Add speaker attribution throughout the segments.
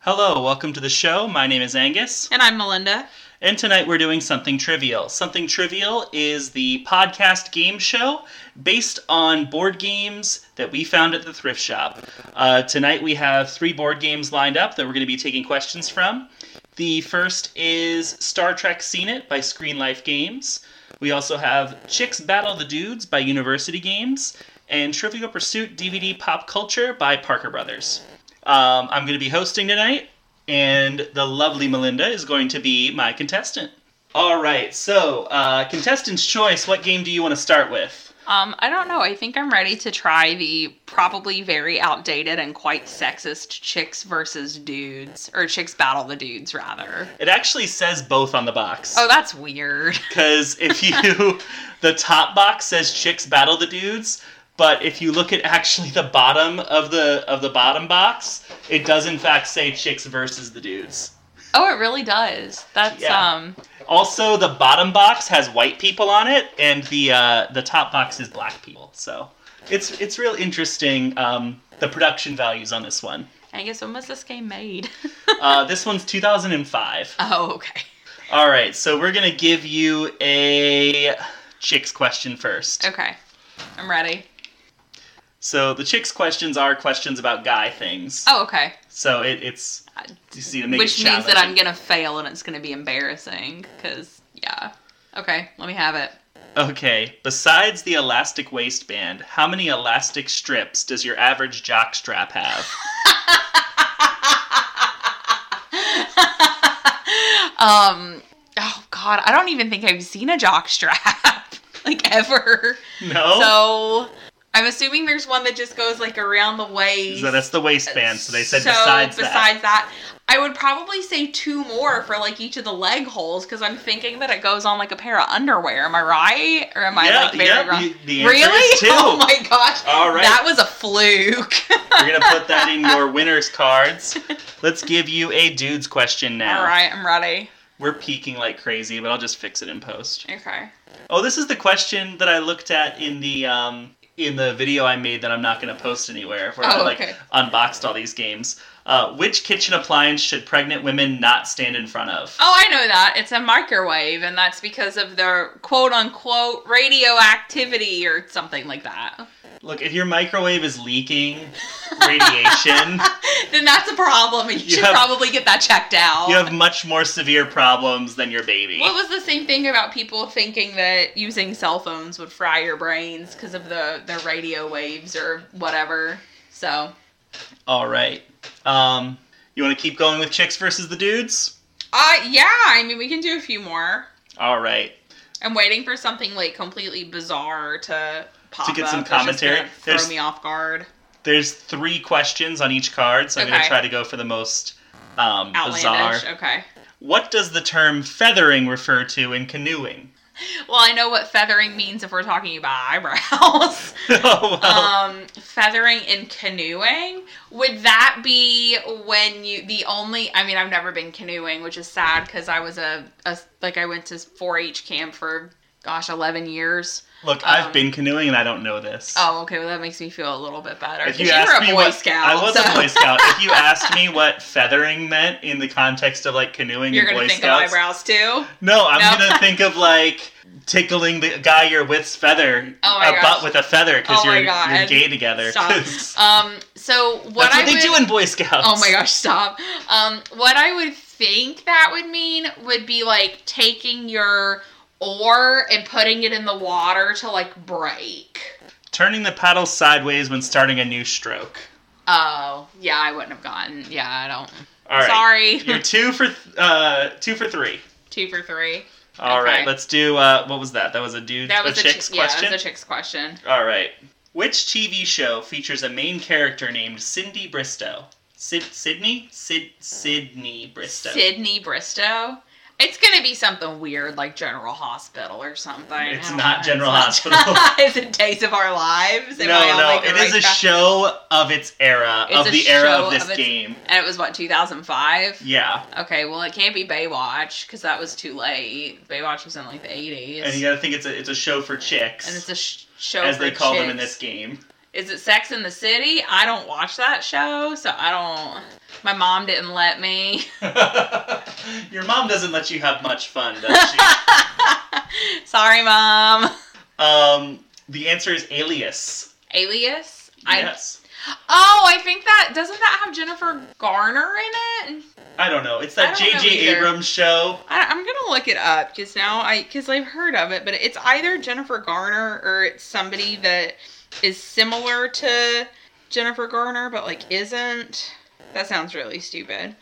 Speaker 1: Hello, welcome to the show. My name is Angus,
Speaker 2: And I'm Melinda.
Speaker 1: and tonight we're doing something trivial. Something trivial is the podcast game show based on board games that we found at the thrift shop. Uh, tonight we have three board games lined up that we're going to be taking questions from. The first is Star Trek Seen It by Screen Life Games. We also have Chicks Battle the Dudes by University Games and Trivial Pursuit DVD Pop Culture by Parker Brothers. Um, I'm going to be hosting tonight, and the lovely Melinda is going to be my contestant. All right, so uh, contestant's choice. What game do you want to start with?
Speaker 2: Um, I don't know. I think I'm ready to try the probably very outdated and quite sexist chicks versus dudes, or chicks battle the dudes, rather.
Speaker 1: It actually says both on the box.
Speaker 2: Oh, that's weird.
Speaker 1: Because if you, the top box says chicks battle the dudes, but if you look at actually the bottom of the of the bottom box, it does in fact say chicks versus the dudes.
Speaker 2: Oh, it really does. That's
Speaker 1: Yeah.
Speaker 2: um.
Speaker 1: Also, the bottom box has white people on it, and the uh, the top box is black people. So it's it's real interesting. Um, the production values on this one.
Speaker 2: I guess when was this game made?
Speaker 1: Uh, this one's 2005.
Speaker 2: oh, okay.
Speaker 1: All right, so we're gonna give you a chicks question first.
Speaker 2: Okay, I'm ready.
Speaker 1: So the chicks questions are questions about guy things.
Speaker 2: Oh, okay.
Speaker 1: So it, it's you see to make
Speaker 2: Which
Speaker 1: it
Speaker 2: means that I'm
Speaker 1: challenging.
Speaker 2: gonna fail and it's gonna be embarrassing. Cause yeah. Okay, let me have it.
Speaker 1: Okay. Besides the elastic waistband, how many elastic strips does your average jock strap have?
Speaker 2: um oh god i don't even think i've seen a jock strap like ever
Speaker 1: No. Oh.
Speaker 2: so i'm assuming there's one that just goes like around the waist
Speaker 1: So that's the waistband. So they said
Speaker 2: So,
Speaker 1: besides, that.
Speaker 2: besides that i would probably say two more for like each of the leg holes because i'm thinking that it goes on like a pair of underwear am i right or am i
Speaker 1: Yeah,
Speaker 2: like very
Speaker 1: yeah,
Speaker 2: wrong
Speaker 1: you- the answer
Speaker 2: really
Speaker 1: is two.
Speaker 2: oh my gosh
Speaker 1: All right.
Speaker 2: that was a fluke
Speaker 1: We're gonna put that in your winners cards. Let's give you a dude's question now.
Speaker 2: all right i'm ready
Speaker 1: We're peaking like crazy, but I'll just fix it in post.
Speaker 2: okay
Speaker 1: Oh, this is the question that I looked at in the um, in the video I made that I'm not going to post anywhere. Where I
Speaker 2: Oh,
Speaker 1: like
Speaker 2: okay.
Speaker 1: unboxed all these games. Uh, which kitchen appliance should pregnant women not stand in front of?
Speaker 2: Oh, I know that. It's a microwave, and that's because of the quote unquote radioactivity or something like that.
Speaker 1: Look, if your microwave is leaking radiation,
Speaker 2: then that's a problem, and you,
Speaker 1: You
Speaker 2: should
Speaker 1: have-
Speaker 2: probably get that checked out.
Speaker 1: you have much more severe problems than your baby.
Speaker 2: what was the same thing about people thinking that using cell phones would fry your brains because of the, the radio waves or whatever? So,
Speaker 1: All right. Um, you want to keep going with chicks versus the dudes?
Speaker 2: uh, yeah, I mean, we can do a few more.
Speaker 1: All right.
Speaker 2: I'm waiting for something like completely bizarre to pop
Speaker 1: To get
Speaker 2: up
Speaker 1: some
Speaker 2: that's just gonna
Speaker 1: commentary.
Speaker 2: Throw
Speaker 1: There's-
Speaker 2: me off guard.
Speaker 1: There's three questions on each card, so I'm going to
Speaker 2: Okay.
Speaker 1: try to go for the most um, bizarre.
Speaker 2: Outlandish. Okay.
Speaker 1: What does the term feathering refer to in canoeing?
Speaker 2: Well, I know what feathering means if we're talking about eyebrows.
Speaker 1: oh, well.
Speaker 2: um, feathering in canoeing would that be when you the only? I mean, I've never been canoeing, which is sad because I was a, a like I went to 4-H camp for gosh eleven years.
Speaker 1: Look,
Speaker 2: um,
Speaker 1: I've been canoeing and I don't know this.
Speaker 2: Oh, okay, well that makes me feel a little bit better.
Speaker 1: If
Speaker 2: 'cause were a Boy
Speaker 1: what,
Speaker 2: Scout,
Speaker 1: I was
Speaker 2: so
Speaker 1: a Boy Scout. If you asked me what feathering meant in the context of like canoeing
Speaker 2: You're
Speaker 1: and
Speaker 2: gonna
Speaker 1: Boy
Speaker 2: think
Speaker 1: Scouts,
Speaker 2: of eyebrows too.
Speaker 1: no, I'm
Speaker 2: No.
Speaker 1: gonna think of like tickling the guy you're with's feather,
Speaker 2: Oh my
Speaker 1: a butt
Speaker 2: gosh.
Speaker 1: with a feather because
Speaker 2: Oh my
Speaker 1: you're,
Speaker 2: God.
Speaker 1: you're gay together.
Speaker 2: Stop.
Speaker 1: 'Cause
Speaker 2: Um, so what
Speaker 1: that's
Speaker 2: I
Speaker 1: what they
Speaker 2: would,
Speaker 1: do in Boy Scouts.
Speaker 2: Oh my gosh, stop. Um, what I would think that would mean would be like taking your oar and putting it in the water to like break.
Speaker 1: Turning the paddle sideways when starting a new stroke.
Speaker 2: Oh, yeah, I wouldn't have gotten. Yeah, I don't.
Speaker 1: All right.
Speaker 2: Sorry.
Speaker 1: You're two for th- uh, two for three.
Speaker 2: Two for three.
Speaker 1: All right,
Speaker 2: Okay.
Speaker 1: let's do. Uh, what was that? That was a dude,
Speaker 2: That was
Speaker 1: a
Speaker 2: chi-
Speaker 1: chick's question.
Speaker 2: Yeah, that was a chick's question.
Speaker 1: All right. Which TV show features a main character named Cindy Bristow? Sid Sydney Sid Sydney Bristow.
Speaker 2: Sydney Bristow. It's gonna be something weird like General Hospital or something. I
Speaker 1: It's
Speaker 2: don't
Speaker 1: not
Speaker 2: know.
Speaker 1: General
Speaker 2: It's not-
Speaker 1: Hospital.
Speaker 2: is it Days of Our Lives?
Speaker 1: no,
Speaker 2: Am I on,
Speaker 1: no,
Speaker 2: like, the
Speaker 1: it is
Speaker 2: right
Speaker 1: a
Speaker 2: track?
Speaker 1: show of its era,
Speaker 2: It's
Speaker 1: of
Speaker 2: a
Speaker 1: the era
Speaker 2: show
Speaker 1: of this
Speaker 2: of its-
Speaker 1: game.
Speaker 2: And it was what 2005.
Speaker 1: Yeah,
Speaker 2: Okay, well, it can't be Baywatch because that was too late. Baywatch was in like the 80s.
Speaker 1: and you got to think it's a it's a show for chicks,
Speaker 2: And it's a sh- show
Speaker 1: as
Speaker 2: for
Speaker 1: they call them in
Speaker 2: chicks.
Speaker 1: this game.
Speaker 2: Is it Sex in the City? I don't watch that show, so I don't. My mom didn't let me.
Speaker 1: Your mom doesn't let you have much fun, does she?
Speaker 2: Sorry, mom.
Speaker 1: um, the answer is Alias.
Speaker 2: Alias? I
Speaker 1: Yes.
Speaker 2: Oh, I think that doesn't that have Jennifer Garner in it?
Speaker 1: I don't know. It's
Speaker 2: I
Speaker 1: that
Speaker 2: don't know
Speaker 1: J.J.
Speaker 2: either.
Speaker 1: Abrams show.
Speaker 2: I, I'm gonna look it up just now. I because I've heard of it, but it's either Jennifer Garner or it's somebody that is similar to Jennifer Garner, but like isn't. That sounds really stupid.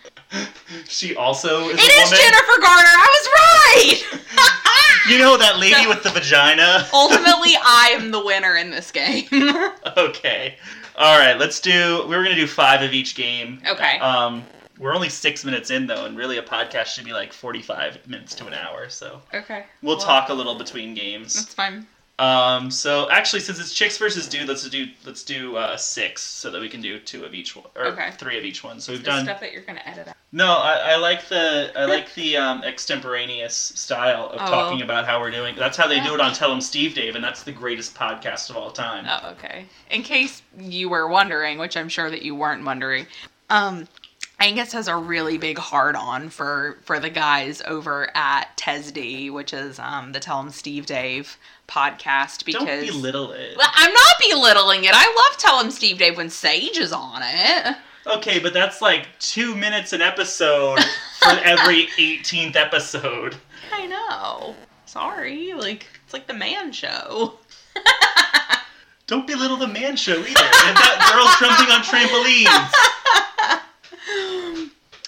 Speaker 1: She also is
Speaker 2: It
Speaker 1: a
Speaker 2: is
Speaker 1: woman.
Speaker 2: Jennifer Garner. I was right.
Speaker 1: You know that lady
Speaker 2: No.
Speaker 1: with the vagina?
Speaker 2: Ultimately, I am the winner in this game.
Speaker 1: okay. All right, let's do. We were gonna do five of each game.
Speaker 2: okay.
Speaker 1: Um, we're only six minutes in though, and really a podcast should be like forty-five minutes to an hour. So
Speaker 2: okay.
Speaker 1: we'll
Speaker 2: Well,
Speaker 1: talk a little between games.
Speaker 2: That's fine.
Speaker 1: Um, so actually, since it's chicks versus dude, let's do let's do uh, six so that we can do two of each one or
Speaker 2: Okay.
Speaker 1: three of each one. So we've
Speaker 2: The
Speaker 1: done.
Speaker 2: stuff that you're gonna edit out.
Speaker 1: No, I, I like the I like the um, extemporaneous style of
Speaker 2: Oh.
Speaker 1: talking about how we're doing. That's how they
Speaker 2: Yeah.
Speaker 1: do it on Tell 'em Steve Dave, and that's the greatest podcast of all time.
Speaker 2: Oh, okay. In case you were wondering, which I'm sure that you weren't wondering, um, Angus has a really big hard on for for the guys over at TESD, which is um, the Tell 'em Steve Dave podcast. Because
Speaker 1: Don't belittle it.
Speaker 2: Well, I'm not belittling it. I love Tell 'em Steve Dave when Sage is on it.
Speaker 1: Okay, but that's like two minutes an episode for every 18th episode.
Speaker 2: I know. Sorry, like it's like the man show.
Speaker 1: Don't belittle the man show either. And that girl jumping on trampolines.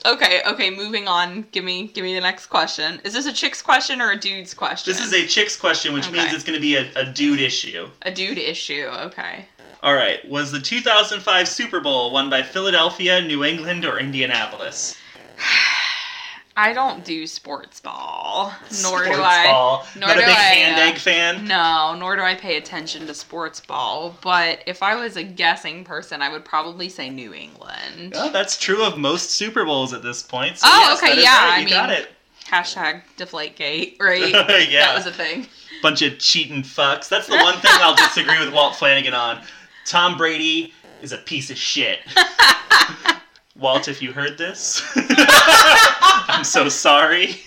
Speaker 2: Okay, okay, moving on. Give me give me the next question. Is this a chick's question or a dude's question?
Speaker 1: This is a chicks question, which means
Speaker 2: Okay.
Speaker 1: it's going to be a, a dude issue.
Speaker 2: a dude issue. Okay.
Speaker 1: All right, was the 2005 Super Bowl won by Philadelphia, New England, or Indianapolis?
Speaker 2: I don't do sports ball, nor
Speaker 1: Sports
Speaker 2: do I.
Speaker 1: Ball.
Speaker 2: nor
Speaker 1: Not a
Speaker 2: do
Speaker 1: big
Speaker 2: I,
Speaker 1: hand
Speaker 2: uh,
Speaker 1: egg fan.
Speaker 2: No, nor do I pay attention to sports ball. But if I was a guessing person, I would probably say New England.
Speaker 1: Oh, that's true of most Super Bowls at this point. So
Speaker 2: Oh,
Speaker 1: yes,
Speaker 2: okay,
Speaker 1: that is
Speaker 2: yeah,
Speaker 1: right,
Speaker 2: I
Speaker 1: You
Speaker 2: mean-
Speaker 1: got it.
Speaker 2: Hashtag Deflategate, right?
Speaker 1: Yeah.
Speaker 2: that was a thing.
Speaker 1: bunch of cheating fucks. That's the one thing I'll disagree with Walt Flanagan on. Tom Brady is a piece of shit. Walt, if you heard this, I'm so sorry.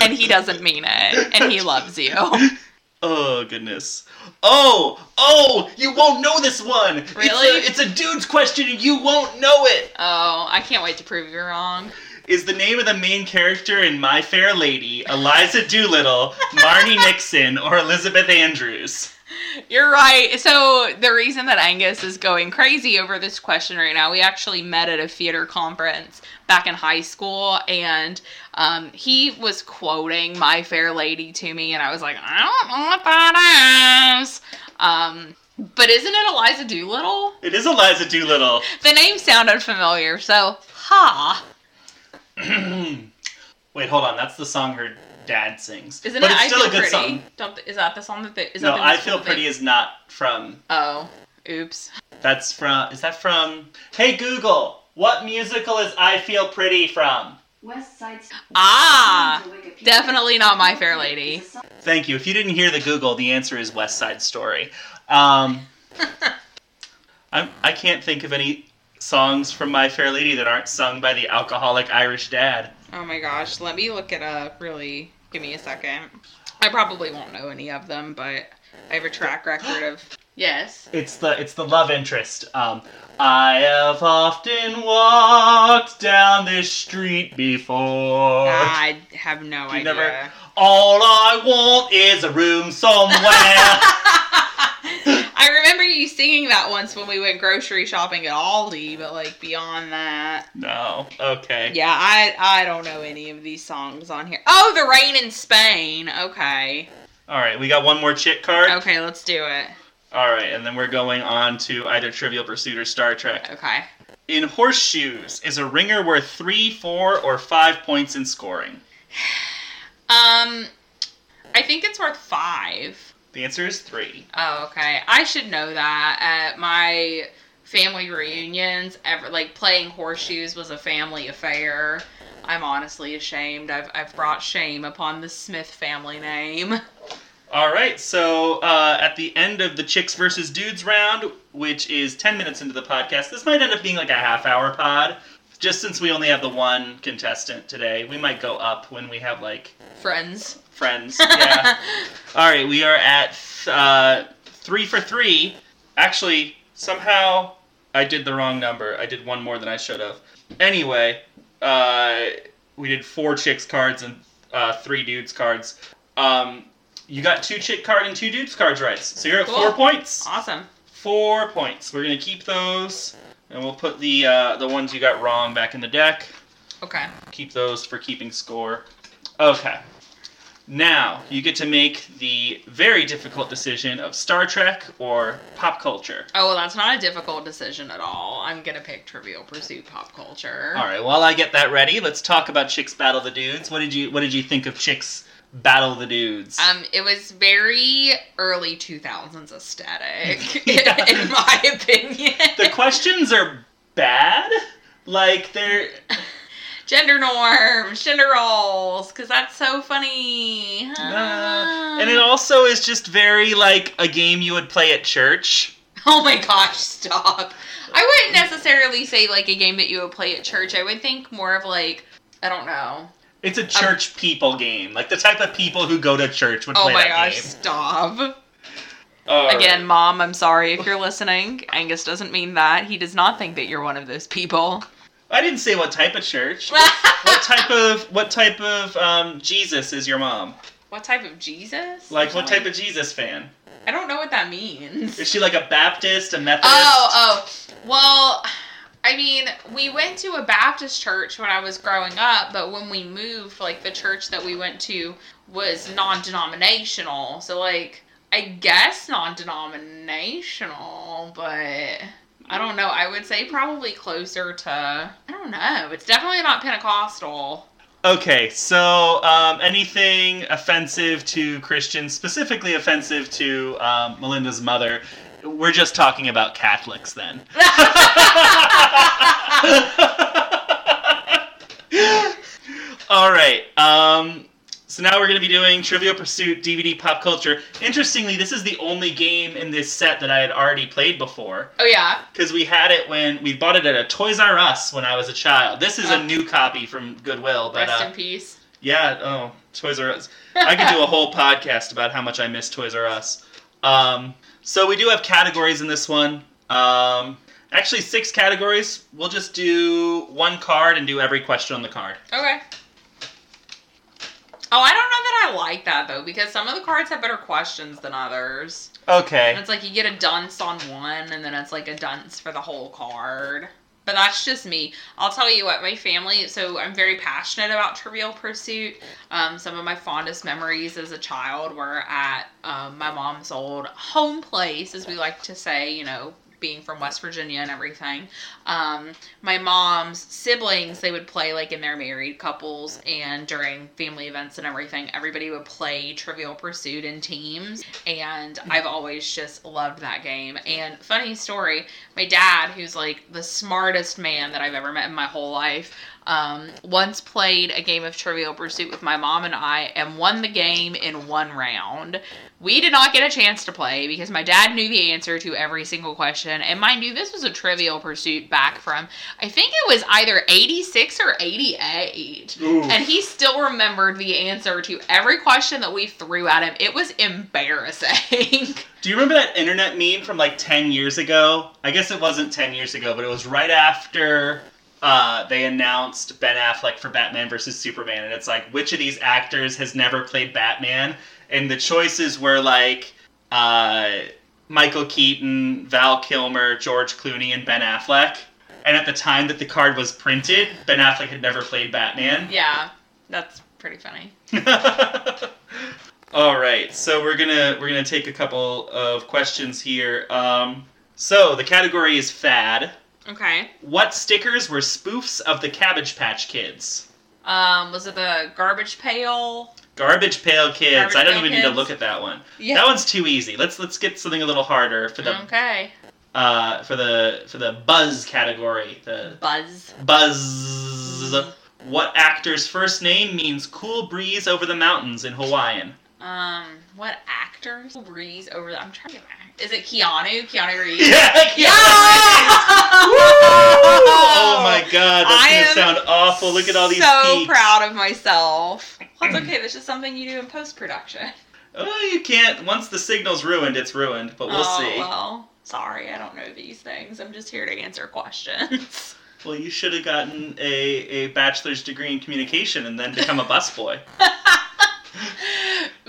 Speaker 2: And he doesn't mean it, and he loves you.
Speaker 1: Oh goodness. Oh, oh, you won't know this one. It's a-
Speaker 2: Really?
Speaker 1: It's a, dude's question and you won't know it.
Speaker 2: Oh, I can't wait to prove you wrong.
Speaker 1: Is the name of the main character in My Fair Lady Eliza Doolittle, Marnie Nixon, or Elizabeth Andrews?
Speaker 2: You're right. So the reason that Angus is going crazy over this question right now, we actually met at a theater conference back in high school, and um, he was quoting My Fair Lady to me, and I was like, I don't know what that is. Um, but isn't it Eliza Doolittle?
Speaker 1: It is Eliza Doolittle.
Speaker 2: The name sounded familiar, so ha.
Speaker 1: Wait, hold on. That's the song her dad sings.
Speaker 2: Isn't
Speaker 1: but
Speaker 2: it?
Speaker 1: it's
Speaker 2: I
Speaker 1: still
Speaker 2: feel
Speaker 1: a good
Speaker 2: pretty.
Speaker 1: song.
Speaker 2: Don't, is that the song that they, is
Speaker 1: No,
Speaker 2: that the
Speaker 1: I
Speaker 2: musical
Speaker 1: feel
Speaker 2: that
Speaker 1: pretty
Speaker 2: They,
Speaker 1: is not from.
Speaker 2: oh, oops.
Speaker 1: That's from. Is that from? Hey Google, what musical is I Feel Pretty from?
Speaker 3: West Side. Story.
Speaker 2: Ah,
Speaker 3: According to Wikipedia,
Speaker 2: definitely not My Fair Lady.
Speaker 3: it's a song-
Speaker 1: Thank you. If you didn't hear the Google, the answer is West Side Story. Um, I'm, I can't think of any songs from My Fair Lady that aren't sung by the alcoholic Irish dad.
Speaker 2: Oh my gosh, let me look it up really. Give me a second. I probably won't know any of them, but I have a track record of. Yes.
Speaker 1: It's the it's the love interest. Um, I have often walked down this street before.
Speaker 2: Ah, I have no
Speaker 1: You
Speaker 2: idea.
Speaker 1: never. All I want is a room somewhere.
Speaker 2: I remember you singing that once when we went grocery shopping at Aldi, but like beyond that.
Speaker 1: no. Okay.
Speaker 2: Yeah, I I don't know any of these songs on here. Oh, The Rain in Spain. Okay.
Speaker 1: All right. We got one more chick card.
Speaker 2: Okay, let's do it.
Speaker 1: All right, and then we're going on to either Trivial Pursuit or Star Trek.
Speaker 2: Okay.
Speaker 1: In horseshoes, is a ringer worth three, four, or five points in scoring?
Speaker 2: Um I think it's worth 5.
Speaker 1: The answer is three.
Speaker 2: Oh, okay. I should know that. At my family reunions, ever like playing horseshoes was a family affair. I'm honestly ashamed. I've I've brought shame upon the Smith family name.
Speaker 1: All right, so uh, at the end of the chicks versus dudes round, which is 10 minutes into the podcast. This might end up being like a half hour pod. Just since we only have the one contestant today, we might go up when we have like
Speaker 2: Friends.
Speaker 1: friends. Yeah. All right, we are at uh, three for three. Actually, somehow I did the wrong number. I did one more than I should have. Anyway, uh, we did four chicks cards and uh, three dudes cards. Um, you got two chick card and two dudes cards right. So you're at
Speaker 2: Cool.
Speaker 1: four points.
Speaker 2: awesome.
Speaker 1: Four points. We're gonna keep those, and we'll put the uh, the ones you got wrong back in the deck
Speaker 2: Okay.
Speaker 1: keep those for keeping score. Okay. Now you get to make the very difficult decision of Star Trek or pop culture.
Speaker 2: Oh, well, that's not a difficult decision at all. I'm going to pick Trivial Pursuit pop culture.
Speaker 1: All right. While I get that ready, let's talk about Chicks Battle the Dudes. What did you What did you think of Chicks Battle the Dudes?
Speaker 2: Um, it was very early 2000s aesthetic,
Speaker 1: Yeah.
Speaker 2: in my opinion.
Speaker 1: the questions are bad. Like they're
Speaker 2: gender norms, gender roles, because that's so funny.
Speaker 1: uh, and it
Speaker 2: Ah.
Speaker 1: also is just very like a game you would play at church.
Speaker 2: oh my gosh, stop. I wouldn't necessarily say like a game that you would play at church. I would think more of like, I don't know.
Speaker 1: It's
Speaker 2: Um,
Speaker 1: a church people game. Like the type of people who go to church would
Speaker 2: Oh
Speaker 1: play
Speaker 2: my
Speaker 1: that
Speaker 2: gosh,
Speaker 1: game.
Speaker 2: stop.
Speaker 1: All right.
Speaker 2: Again, mom, I'm sorry if you're listening. Angus doesn't mean that. He does not think that you're one of those people.
Speaker 1: I didn't say what type of church. what type of what type of um, Jesus is your mom?
Speaker 2: What type of Jesus?
Speaker 1: Like what type of Jesus fan?
Speaker 2: I don't know what that means.
Speaker 1: Is she like a Baptist, a Methodist?
Speaker 2: Oh, oh. Well, I mean, we went to a Baptist church when I was growing up, but when we moved, like the church that we went to was non-denominational. So like I guess non-denominational, but I don't know. I would say probably closer to I don't know. It's definitely not Pentecostal.
Speaker 1: Okay, so um, anything offensive to Christians, specifically offensive to um, Melinda's mother, we're just talking about Catholics then. All right. Um, so now we're going to be doing Trivial Pursuit DVD Pop Culture. Interestingly, this is the only game in this set that I had already played before
Speaker 2: Oh yeah.
Speaker 1: because we had it when we bought it at a Toys R Us when I was a child. This is a
Speaker 2: Oh.
Speaker 1: new copy from Goodwill, but
Speaker 2: Rest
Speaker 1: uh,
Speaker 2: in peace.
Speaker 1: yeah, oh, Toys R Us. I could do a whole podcast about how much I miss Toys R Us. Um, so we do have categories in this one. Um, actually, six categories. We'll just do one card and do every question on the card.
Speaker 2: Okay. Oh, I don't know that I like that though, because some of the cards have better questions than others. And
Speaker 1: Okay.
Speaker 2: it's like you get a dunce on one, and then it's like a dunce for the whole card. But that's just me. I'll tell you what, my family. So I'm very passionate about Trivial Pursuit. Um, some of my fondest memories as a child were at um, my mom's old home place, as we like to say. You know, being from West Virginia and everything. Um, my mom's siblings, they would play like in their married couples and during family events and everything. Everybody would play Trivial Pursuit in teams and I've always just loved that game. And funny story, my dad, who's like the smartest man that I've ever met in my whole life, um, once played a game of Trivial Pursuit with my mom and I and won the game in one round. We did not get a chance to play because my dad knew the answer to every single question. And mind you, this was a Trivial Pursuit back from, I think it was either 86 or 88
Speaker 1: Ooh.
Speaker 2: and he still remembered the answer to every question that we threw at him. It was embarrassing.
Speaker 1: Do you remember that internet meme from like 10 years ago? I guess it wasn't 10 years ago, but it was right after uh, they announced Ben Affleck for Batman versus Superman. And it's like, which of these actors has never played Batman? And the choices were like uh, Michael Keaton, Val Kilmer, George Clooney, and Ben Affleck. And at the time that the card was printed, Ben Affleck had never played Batman.
Speaker 2: yeah, that's pretty funny.
Speaker 1: All right, so we're gonna we're gonna take a couple of questions here. Um, so the category is fad.
Speaker 2: Okay.
Speaker 1: What stickers were spoofs of the Cabbage Patch Kids?
Speaker 2: Um, was it the garbage pail?
Speaker 1: Garbage Pail Kids.
Speaker 2: Garbage
Speaker 1: I don't
Speaker 2: Pail
Speaker 1: even need to
Speaker 2: Kids.
Speaker 1: look at that one.
Speaker 2: Yeah.
Speaker 1: That one's too easy. Let's let's get something a little harder for the
Speaker 2: okay.
Speaker 1: uh, for the for the buzz category. The
Speaker 2: Buzz.
Speaker 1: buzz. What actor's first name means cool breeze over the mountains in Hawaiian?
Speaker 2: Um, what actors? Breeze over. The, I'm trying to. Is it Keanu? Keanu Reeves?
Speaker 1: Yeah, yeah. Oh my god, that's
Speaker 2: I am
Speaker 1: gonna sound
Speaker 2: Oh.
Speaker 1: awful. Look at all these
Speaker 2: So
Speaker 1: peaks.
Speaker 2: proud of myself. Well, it's okay. That's just something you do in post production.
Speaker 1: Oh, you can't. Once the signal's ruined, it's ruined. But we'll
Speaker 2: oh,
Speaker 1: see.
Speaker 2: Well, sorry, I don't know these things. I'm just here to answer questions.
Speaker 1: Well, you should have gotten a, a bachelor's degree in communication and then become a busboy.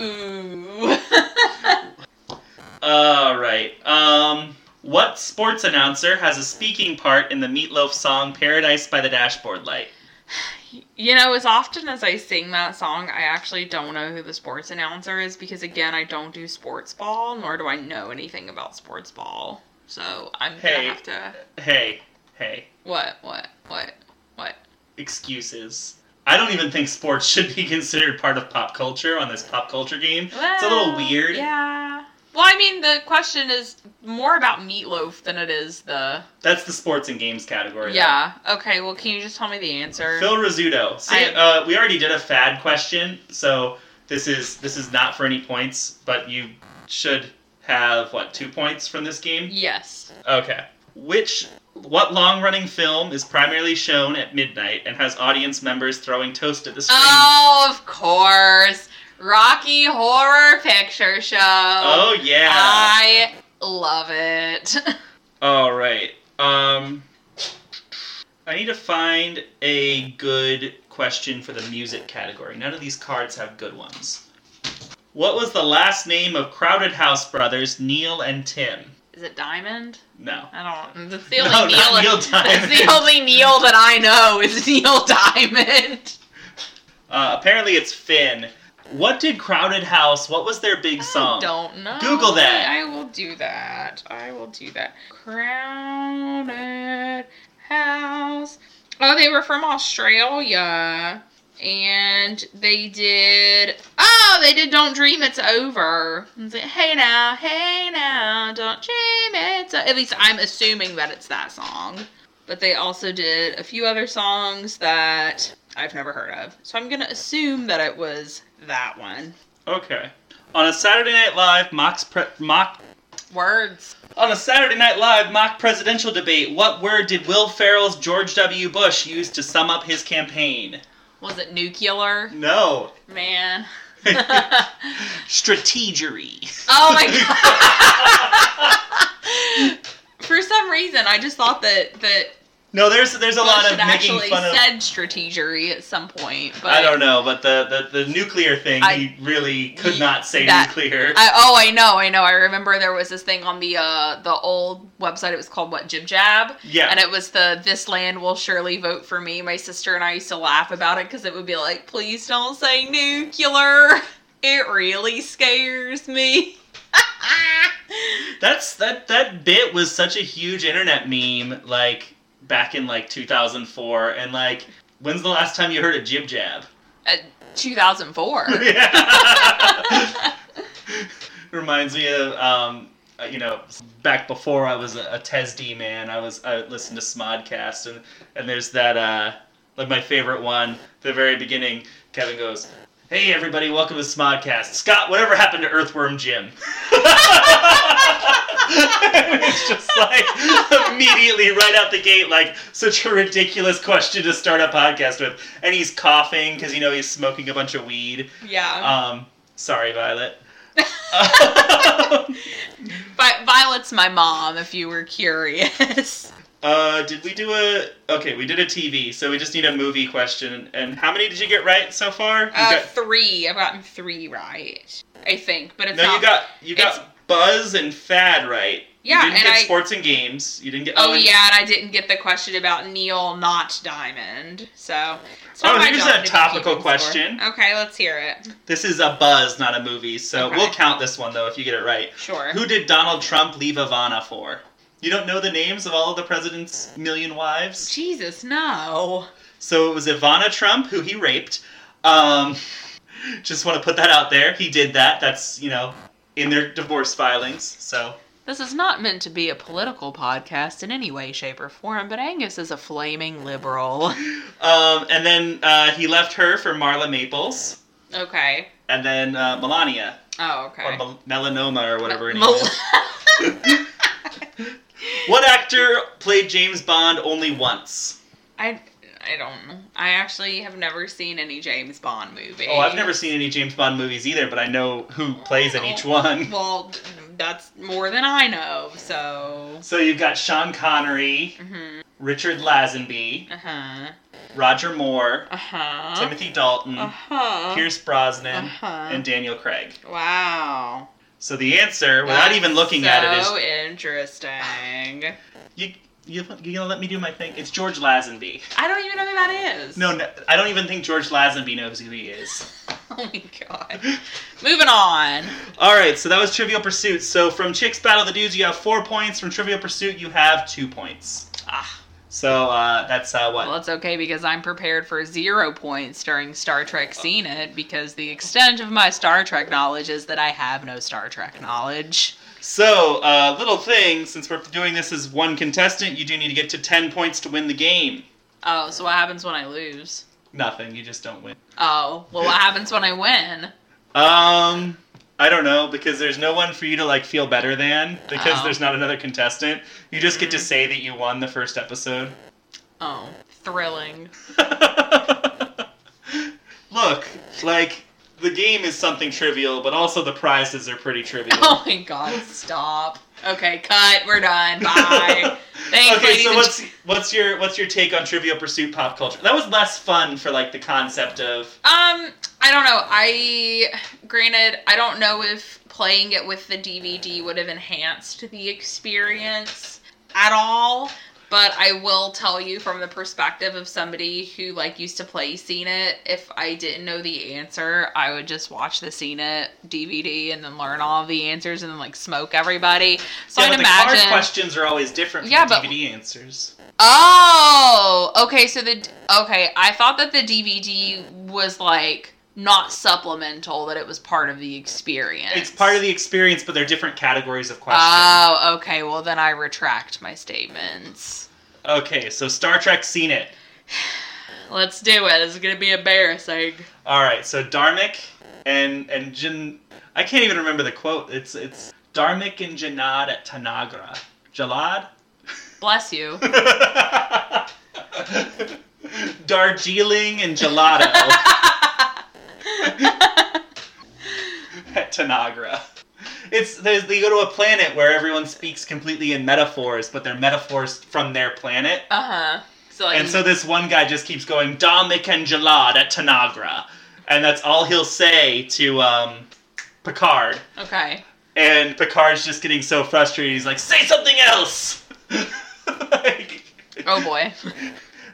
Speaker 2: Ooh.
Speaker 1: All right. Um, what sports announcer has a speaking part in the Meatloaf song "Paradise by the Dashboard Light"?
Speaker 2: you know, as often as I sing that song, I actually don't know who the sports announcer is because, again, I don't do sports ball, nor do I know anything about sports ball. So I'm
Speaker 1: Hey.
Speaker 2: gonna have to.
Speaker 1: Hey, hey,
Speaker 2: What? What? What? What?
Speaker 1: excuses. I don't even think sports should be considered part of pop culture on this pop culture game. it's a little
Speaker 2: Well,
Speaker 1: weird.
Speaker 2: Yeah. Well, I mean, the question is more about meatloaf than it is the.
Speaker 1: That's the sports and games category. though.
Speaker 2: Yeah. Okay. Well, can you just tell me the answer?
Speaker 1: Phil Rizzuto. See,
Speaker 2: I-
Speaker 1: uh, we already did a fad question, so this is this is not for any points, but you should have what two points from this game?
Speaker 2: yes.
Speaker 1: Okay. Which what long running film is primarily shown at midnight and has audience members throwing toast at the screen?
Speaker 2: Oh, of course. Rocky Horror Picture Show.
Speaker 1: Oh, yeah.
Speaker 2: Ah. I love it.
Speaker 1: All right. Um, I need to find a good question for the music category. None of these cards have good ones. What was the last name of Crowded House brothers Neil and Tim?
Speaker 2: Is it Diamond?
Speaker 1: No.
Speaker 2: I don't. That's the only
Speaker 1: No, not
Speaker 2: Neil.
Speaker 1: Neil
Speaker 2: that's the
Speaker 1: Diamond.
Speaker 2: only Neil that I know is Neil Diamond.
Speaker 1: Uh, apparently it's Finn. What did Crowded House? What was their big song?
Speaker 2: I don't know.
Speaker 1: Google that.
Speaker 2: I will do that. I will do that. Crowded House. Oh, they were from Australia. And they did. Oh, they did Don't Dream It's Over. It's like, hey now, hey now, don't dream it's o-" At least I'm assuming that it's that song. But they also did a few other songs that I've never heard of. So I'm going to assume that it was that one.
Speaker 1: Okay. On a Saturday Night Live mock pre- mock
Speaker 2: Words.
Speaker 1: on a Saturday Night Live mock presidential debate. What word did Will Ferrell's George W. Bush use to sum up his campaign?
Speaker 2: Was it nuclear?
Speaker 1: No.
Speaker 2: Man.
Speaker 1: Strategery.
Speaker 2: oh my god. For some reason, I just thought that that
Speaker 1: No, there's there's a lot
Speaker 2: Bush
Speaker 1: of
Speaker 2: had
Speaker 1: making
Speaker 2: actually
Speaker 1: fun of.
Speaker 2: said strategery at some point, but
Speaker 1: I don't know, but the the, the nuclear thing,
Speaker 2: I-
Speaker 1: he really could
Speaker 2: Ye-
Speaker 1: not say
Speaker 2: that-
Speaker 1: nuclear.
Speaker 2: I, oh, I know, I know. I remember there was this thing on the uh the old website. It was called what Jib Jab,
Speaker 1: yeah.
Speaker 2: and it was the "This land will surely vote for me." My sister and I used to laugh about it because it would be like, "Please don't say nuclear. It really scares me."
Speaker 1: That's that that bit was such a huge internet meme, like back in like 2004, and like when's the last time you heard a jib jab?
Speaker 2: At 2004.
Speaker 1: Reminds me of um, uh, you know, back before I was a, a TESD man, I was I listened to Smodcast, and and there's that uh, like my favorite one, the very beginning. Kevin goes. Hey everybody, welcome to Smodcast. Scott, whatever happened to Earthworm Jim? it's just like immediately right out the gate, like such a ridiculous question to start a podcast with. And he's coughing because you know he's smoking a bunch of weed.
Speaker 2: yeah.
Speaker 1: Um, sorry, Violet. Um,
Speaker 2: Vi- Violet's my mom, if you were curious.
Speaker 1: uh, did we do a? Okay, we did a TV, so we just need a movie question. And how many did you get right so far? You
Speaker 2: Uh,
Speaker 1: got-
Speaker 2: three. I've gotten three right, I think. But it's
Speaker 1: no,
Speaker 2: not.
Speaker 1: you got you got
Speaker 2: it's-
Speaker 1: Buzz and Fad right.
Speaker 2: Yeah,
Speaker 1: you didn't
Speaker 2: and
Speaker 1: get
Speaker 2: I-
Speaker 1: sports and games. You didn't get.
Speaker 2: oh,
Speaker 1: and-
Speaker 2: yeah, and I didn't get the question about Neil, not Diamond. So. It's
Speaker 1: Oh,
Speaker 2: not my
Speaker 1: here's
Speaker 2: job
Speaker 1: a
Speaker 2: to be
Speaker 1: topical
Speaker 2: keeping score.
Speaker 1: question.
Speaker 2: Okay, let's hear it.
Speaker 1: This is a buzz, not a movie. So
Speaker 2: Okay.
Speaker 1: we'll count this one though if you get it right.
Speaker 2: Sure.
Speaker 1: Who did Donald Trump leave Ivana for? You don't know the names of all of the president's million wives.
Speaker 2: Jesus, no.
Speaker 1: So it was Ivana Trump who he raped. Um, just want to put that out there. He did that. That's you know in their divorce filings. So
Speaker 2: This is not meant to be a political podcast in any way, shape, or form, but Angus is a flaming liberal.
Speaker 1: um, and then uh, he left her for Marla Maples,
Speaker 2: Okay.
Speaker 1: and then uh, Melania
Speaker 2: Oh, okay.
Speaker 1: or Mel- melanoma or whatever. her name
Speaker 2: Mel-
Speaker 1: is. What actor played James Bond only once?
Speaker 2: I I don't know. I actually have never seen any James Bond movie.
Speaker 1: Oh, I've never seen any James Bond movies either, but I know who plays in each one.
Speaker 2: Well, that's more than I know. So.
Speaker 1: So you've got Sean Connery,
Speaker 2: Mhm.
Speaker 1: Richard Lazenby,
Speaker 2: Uh huh.
Speaker 1: Roger Moore,
Speaker 2: Uh huh.
Speaker 1: Timothy Dalton,
Speaker 2: Uh huh.
Speaker 1: Pierce Brosnan,
Speaker 2: Uh-huh.
Speaker 1: and Daniel Craig.
Speaker 2: Wow.
Speaker 1: So the answer, without
Speaker 2: That's
Speaker 1: even looking at it, is
Speaker 2: So interesting.
Speaker 1: You, you, you gonna let me do my thing? It's George Lazenby.
Speaker 2: I don't even know who that is.
Speaker 1: No, no, I don't even think George Lazenby knows who he is.
Speaker 2: Oh my god. Moving on.
Speaker 1: All right, so that was Trivial Pursuit. So from Chicks Battle the Dudes, you have four points. From Trivial Pursuit, you have two points.
Speaker 2: Ah,
Speaker 1: So uh, that's uh, what.
Speaker 2: well, it's okay because I'm prepared for zero points during Star Trek Scene It because the extent of my Star Trek knowledge is that I have no Star Trek knowledge.
Speaker 1: So uh, little thing, since we're doing this as one contestant, you do need to get to ten points to win the game.
Speaker 2: Oh, so what happens when I lose?
Speaker 1: Nothing, you just don't win.
Speaker 2: Oh, well, what happens when I win?
Speaker 1: Um, I don't know because there's no one for you to like feel better than because
Speaker 2: Oh. Mm-hmm.
Speaker 1: there's not another contestant. You just get to say that you won the first episode.
Speaker 2: Oh, thrilling.
Speaker 1: Look, like the game is something trivial, but also the prizes are pretty trivial.
Speaker 2: Oh my god, stop. Okay, cut. We're done. Bye. Thanks,
Speaker 1: okay,
Speaker 2: ladies
Speaker 1: so
Speaker 2: and
Speaker 1: what's what's your what's your take on Trivial Pursuit pop culture? That was less fun for like the concept of.
Speaker 2: Um, I don't know. I granted, I don't know if playing it with the DVD would have enhanced the experience at all, but I will tell you from the perspective of somebody who like used to play Scene It, if I didn't know the answer, I would just watch the Scene It DVD and then learn all the answers and then like smoke everybody. So
Speaker 1: yeah,
Speaker 2: I'd
Speaker 1: but the
Speaker 2: imagine
Speaker 1: card questions are always different from
Speaker 2: Yeah,
Speaker 1: the
Speaker 2: but-
Speaker 1: DVD answers.
Speaker 2: Oh, okay. So the okay, I thought that the DVD was like not supplemental; that it was part of the experience.
Speaker 1: It's part of the experience, but they're different categories of questions.
Speaker 2: Oh, okay. Well, then I retract my statements.
Speaker 1: okay, so Star Trek seen it.
Speaker 2: Let's do it. This is gonna be embarrassing.
Speaker 1: All right, so Darmic and and Jin, I can't even remember the quote. It's it's Darmic and Janad at Tanagra. Jalad.
Speaker 2: Bless you.
Speaker 1: Darjeeling and Gelato at Tanagra. It's there's, they go to a planet where everyone speaks completely in metaphors, but they're metaphors from their planet.
Speaker 2: Uh huh. So like,
Speaker 1: And so this one guy just keeps going Darmic and Jalad at Tanagra, and that's all he'll say to um, Picard.
Speaker 2: okay.
Speaker 1: And Picard's just getting so frustrated. He's like, "Say something else!" Like-
Speaker 2: Oh boy.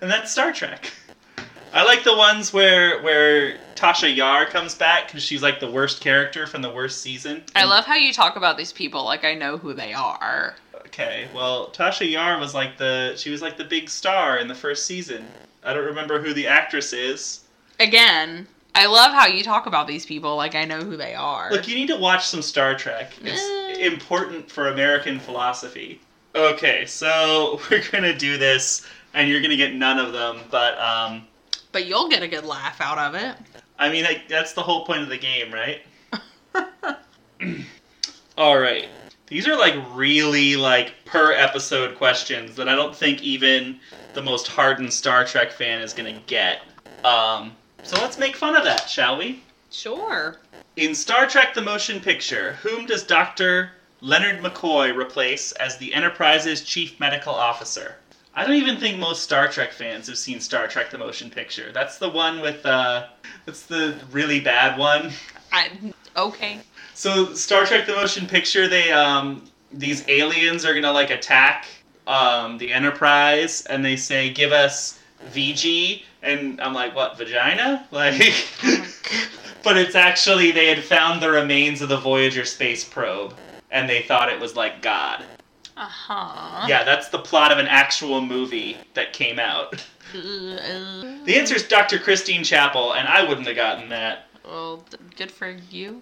Speaker 1: and that's Star Trek. I like the ones where where Tasha Yar comes back because she's like the worst character from the worst season.
Speaker 2: I love how you talk about these people like I know who they are.
Speaker 1: Okay, well, Tasha Yar was like the she was like the big star in the first season. I don't remember who the actress is.
Speaker 2: Again, I love how you talk about these people like I know who they are.
Speaker 1: Look, you need to watch some Star Trek. It's
Speaker 2: Mm.
Speaker 1: important for American philosophy. Okay, so we're gonna do this, and you're gonna get none of them. But um,
Speaker 2: but you'll get a good laugh out of it.
Speaker 1: I mean, like, that's the whole point of the game, right? All right. These are like really like per episode questions that I don't think even the most hardened Star Trek fan is gonna get. Um, so let's make fun of that, shall we?
Speaker 2: Sure.
Speaker 1: In Star Trek: The Motion Picture, whom does Doctor Leonard McCoy replace as the Enterprise's chief medical officer? I don't even think most Star Trek fans have seen Star Trek: The Motion Picture. That's the one with uh, that's the really bad one.
Speaker 2: I okay.
Speaker 1: So Star Trek: The Motion Picture, they um, these aliens are gonna like attack um, the Enterprise, and they say, "Give us VG," and I'm like, "What vagina?" Like, but it's actually they had found the remains of the Voyager space probe, and they thought it was like God.
Speaker 2: Uh huh.
Speaker 1: Yeah, that's the plot of an actual movie that came out.
Speaker 2: uh,
Speaker 1: The answer is Dr. Christine Chapel, and I wouldn't have gotten that.
Speaker 2: well, th- good for you.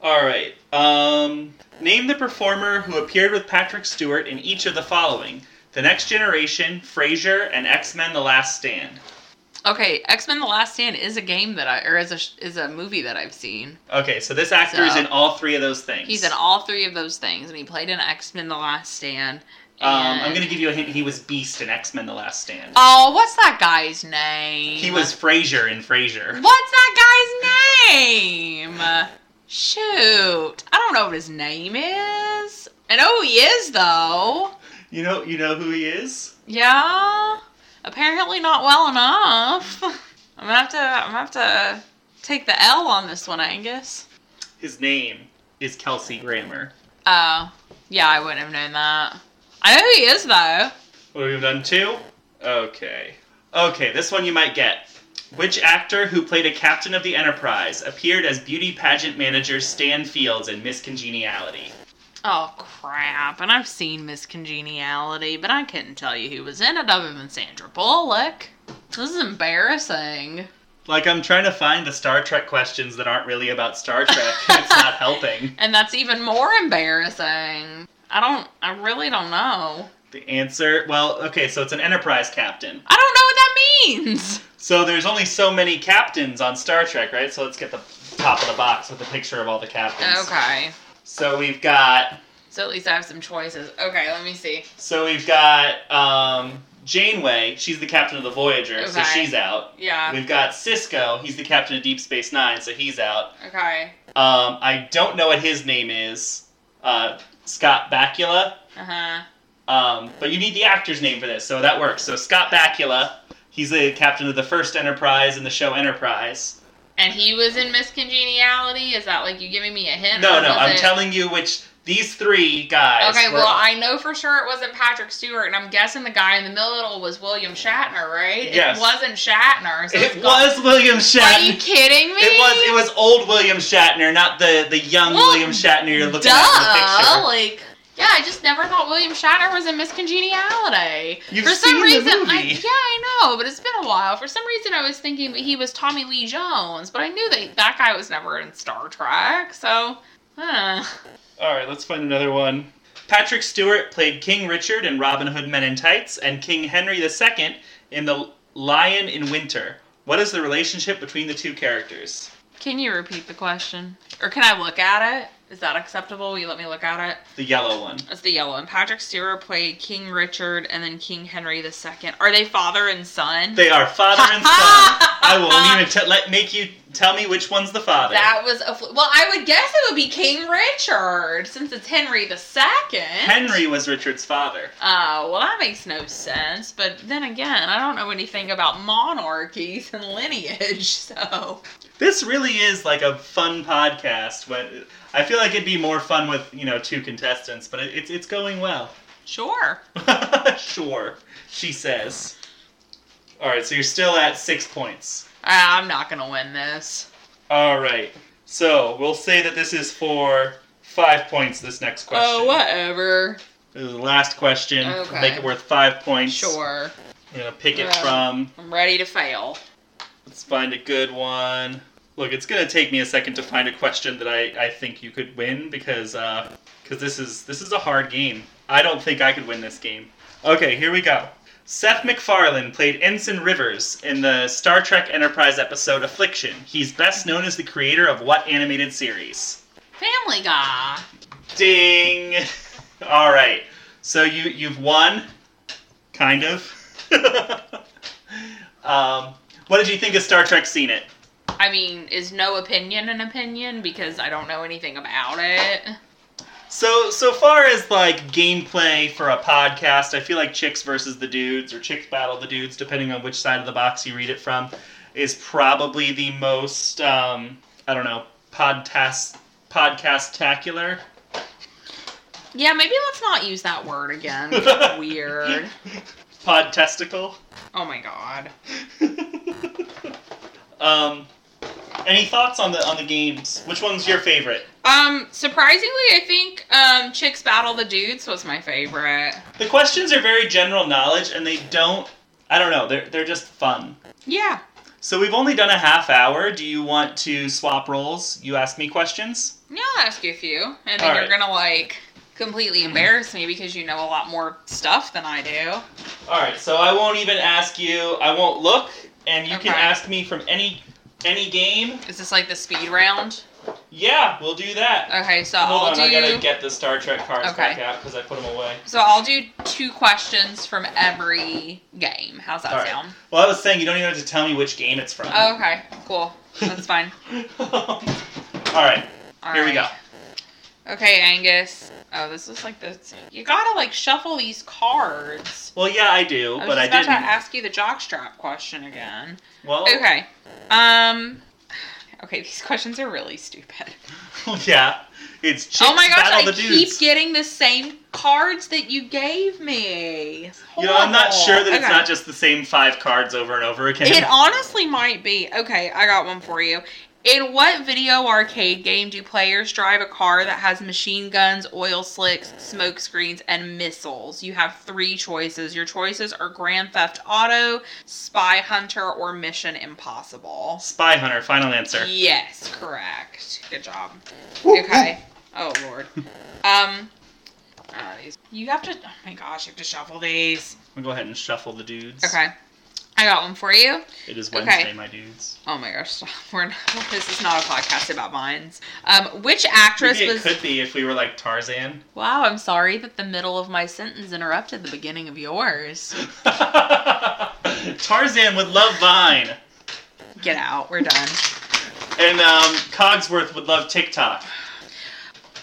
Speaker 1: All right. Um, name the performer who appeared with Patrick Stewart in each of the following: The Next Generation, Frasier, and X Men: The Last Stand.
Speaker 2: Okay, X Men: The Last Stand is a game that I or is a sh- is a movie that I've seen.
Speaker 1: Okay, so this actor is
Speaker 2: So-
Speaker 1: in all three of those things.
Speaker 2: He's in all three of those things, and he played in X Men: The Last Stand.
Speaker 1: Um,
Speaker 2: and-
Speaker 1: I'm gonna give you a hint. He was Beast in X Men: The Last Stand.
Speaker 2: Oh, what's that guy's name?
Speaker 1: he was Frasier in Frasier.
Speaker 2: What's that guy's name? Shoot, I don't know what his name is. I know who he is though.
Speaker 1: You know, you know who he is.
Speaker 2: Yeah, apparently not well enough. I'm gonna have to. I'm gonna have to take the L on this one, Angus.
Speaker 1: His name is Kelsey Grammer.
Speaker 2: Oh, yeah, I wouldn't have known that. I know who he is though.
Speaker 1: What have we done two? Okay. Okay, this one you might get. Which actor who played a captain of the Enterprise appeared as beauty pageant manager Stan Fields in Miss Congeniality?
Speaker 2: Oh crap! And I've seen Miss Congeniality, but I couldn't tell you who was in it other than Sandra Bullock. This is embarrassing.
Speaker 1: Like, I'm trying to find the Star Trek questions that aren't really about Star Trek. it's not helping.
Speaker 2: And that's even more embarrassing. I don't, I really don't know.
Speaker 1: The answer, well, okay, so it's an Enterprise captain.
Speaker 2: I don't know what that means.
Speaker 1: So there's only so many captains on Star Trek, right? So let's get the top of the box with a picture of all the captains.
Speaker 2: Okay.
Speaker 1: So we've got
Speaker 2: So at least I have some choices. Okay, let me see.
Speaker 1: So we've got um, Janeway. She's the captain of the Voyager, so
Speaker 2: Okay. Uh.
Speaker 1: she's out.
Speaker 2: Yeah.
Speaker 1: We've got Cisco. He's the captain of Deep Space Nine, so he's out.
Speaker 2: Okay.
Speaker 1: Um, I don't know what his name is. Uh, Scott Bakula.
Speaker 2: Uh huh.
Speaker 1: Um, but you need the actor's name for this, so that works. So Scott Bakula. He's the captain of the first Enterprise in the show Enterprise.
Speaker 2: And he was in Miss Congeniality? Is that like you giving me a hint?
Speaker 1: No,
Speaker 2: or
Speaker 1: no,
Speaker 2: was
Speaker 1: I'm
Speaker 2: it-
Speaker 1: telling you which these three guys.
Speaker 2: Okay,
Speaker 1: were-
Speaker 2: well, I know for sure it wasn't Patrick Stewart, and I'm guessing the guy in the middle was William Shatner, right?
Speaker 1: Yes.
Speaker 2: It wasn't Shatner. So it's
Speaker 1: It
Speaker 2: got-
Speaker 1: was William
Speaker 2: Are you
Speaker 1: Shatner.
Speaker 2: kidding me?
Speaker 1: It was it was old William Shatner, not the the young
Speaker 2: Well,
Speaker 1: William Shatner you're looking
Speaker 2: Duh!
Speaker 1: at in the picture.
Speaker 2: Like, yeah, I just never thought William Shatner was in Miss Congeniality.
Speaker 1: You've
Speaker 2: For some
Speaker 1: seen the
Speaker 2: reason, I,
Speaker 1: movie.
Speaker 2: yeah, I know, but it's been a while. For some reason, I was thinking that he was Tommy Lee Jones, but I knew that that guy was never in Star Trek. So, huh.
Speaker 1: All right, let's find another one. Patrick Stewart played King Richard in Robin Hood Men in Tights and King Henry II in The Lion in Winter. What is the relationship between the two characters?
Speaker 2: can you repeat the question, or can I look at it? Is that acceptable? Will you let me look at it?
Speaker 1: The yellow one.
Speaker 2: That's the yellow one. Patrick Stewart played King Richard and then King Henry II. Are they father and son?
Speaker 1: They are father and son. I won't even t- let make you tell me which one's the father.
Speaker 2: That was a fl- well. I would guess it would be King Richard since it's Henry the Second.
Speaker 1: Henry was Richard's father.
Speaker 2: Uh, well, that makes no sense. But then again, I don't know anything about monarchies and lineage, so
Speaker 1: This really is like a fun podcast. When I feel like it'd be more fun with you know two contestants, but it, it's it's going well.
Speaker 2: sure.
Speaker 1: sure, she says. All right, so you're still at six points.
Speaker 2: Uh, I'm not gonna win this.
Speaker 1: All right, so we'll say that this is for five points. This next question.
Speaker 2: Oh, whatever.
Speaker 1: This is the last question.
Speaker 2: Okay.
Speaker 1: Make it worth five points.
Speaker 2: Sure,
Speaker 1: I'm gonna pick it
Speaker 2: Yeah.
Speaker 1: from.
Speaker 2: I'm ready to fail.
Speaker 1: Let's find a good one. Look, it's gonna take me a second to find a question that I, I think you could win because uh, cause this is this is a hard game. I don't think I could win this game. Okay, here we go. Seth MacFarlane played Ensign Rivers in the Star Trek Enterprise episode Affliction. He's best known as the creator of what animated series?
Speaker 2: Family Guy.
Speaker 1: Ding! All right, so you you've won, kind of. um, what did you think of Star Trek? Seen it?
Speaker 2: I mean, is no opinion an opinion because I don't know anything about it.
Speaker 1: So so far as like gameplay for a podcast, I feel like chicks versus the dudes or chicks battle the dudes, depending on which side of the box you read it from, is probably the most um, I don't know podcast podcast tacular.
Speaker 2: Yeah, maybe let's not use that word again. It's weird.
Speaker 1: pod testicle.
Speaker 2: Oh my god.
Speaker 1: um, any thoughts on the on the games? Which one's your favorite?
Speaker 2: Um, surprisingly, I think um, Chicks Battle the Dudes was my favorite.
Speaker 1: The questions are very general knowledge, and they don't. I don't know. They're they're just fun.
Speaker 2: Yeah.
Speaker 1: So we've only done a half hour. Do you want to swap roles? You ask me questions.
Speaker 2: Yeah, I'll ask you a few. And then
Speaker 1: All
Speaker 2: you're
Speaker 1: right.
Speaker 2: gonna, like, completely embarrass me because you know a lot more stuff than I do.
Speaker 1: All right. So I won't even ask you. I won't look. and you can
Speaker 2: Okay.
Speaker 1: ask me from any any game.
Speaker 2: Is this like the speed round?
Speaker 1: Yeah, we'll do that.
Speaker 2: Okay, so
Speaker 1: Hold
Speaker 2: Uh, I'll
Speaker 1: on,
Speaker 2: do.
Speaker 1: I gotta get the Star Trek cards
Speaker 2: Okay.
Speaker 1: back out because I put them away.
Speaker 2: So I'll do two questions from every game. How's that
Speaker 1: All right.
Speaker 2: sound?
Speaker 1: Well, I was saying you don't even have to tell me which game it's from.
Speaker 2: Oh, okay, cool. That's fine.
Speaker 1: All right,
Speaker 2: All
Speaker 1: here we go.
Speaker 2: right. Okay, Angus. Oh, this is like the. You gotta like shuffle these cards.
Speaker 1: Well, yeah, I do,
Speaker 2: I was
Speaker 1: but I
Speaker 2: just about
Speaker 1: didn't. Oh.
Speaker 2: to ask you the jockstrap question again.
Speaker 1: well,
Speaker 2: Okay. Um. Okay, these questions are really stupid.
Speaker 1: yeah, it's chicks
Speaker 2: oh my gosh,
Speaker 1: battle the
Speaker 2: I keep
Speaker 1: dudes.
Speaker 2: getting the same cards that you gave me. It's
Speaker 1: You know, I'm not
Speaker 2: horrible.
Speaker 1: sure that it's
Speaker 2: Okay.
Speaker 1: not just the same five cards over and over again.
Speaker 2: It honestly might be. Okay, I got one for you. In what video arcade game do players drive a car that has machine guns, oil slicks, smoke screens, and missiles? You have three choices. Your choices are Grand Theft Auto, Spy Hunter, or Mission Impossible.
Speaker 1: Spy Hunter, final answer.
Speaker 2: Yes, correct. Good job. Okay. Oh lord. Um. ah, these- You have to. Oh my gosh, you have to shuffle these.
Speaker 1: I'll go ahead and shuffle the dudes.
Speaker 2: Okay. I got one for you.
Speaker 1: It is
Speaker 2: Okay.
Speaker 1: Wednesday, my dudes.
Speaker 2: Oh my gosh, stop. We're not, this is not a podcast about vines. Um, which actress
Speaker 1: Maybe it
Speaker 2: was?
Speaker 1: could be if we were like Tarzan.
Speaker 2: Wow, I'm sorry that the middle of my sentence interrupted the beginning of yours.
Speaker 1: Tarzan would love Vine,
Speaker 2: Get out. We're done.
Speaker 1: and um, Cogsworth would love TikTok.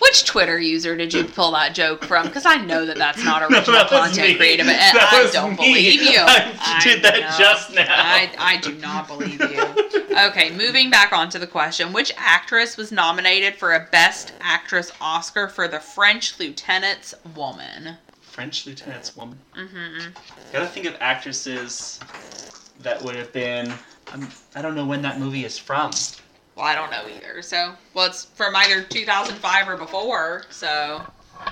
Speaker 2: Which Twitter user did you pull that joke from? Because I know that that's not
Speaker 1: No,
Speaker 2: original
Speaker 1: that was me.
Speaker 2: content creative. but
Speaker 1: That
Speaker 2: I
Speaker 1: was
Speaker 2: don't
Speaker 1: me.
Speaker 2: believe you.
Speaker 1: I did that
Speaker 2: know.
Speaker 1: just now.
Speaker 2: I, I do not believe you. Okay, moving back on to the question. Which actress was nominated for a Best Actress Oscar for The French Lieutenant's Woman?
Speaker 1: French Lieutenant's Woman.
Speaker 2: Mm-hmm.
Speaker 1: Gotta think of actresses that would have been. I'm, I don't know when that movie is from.
Speaker 2: Well, I don't know either. So, well, it's from either 2005 or before. So,
Speaker 1: I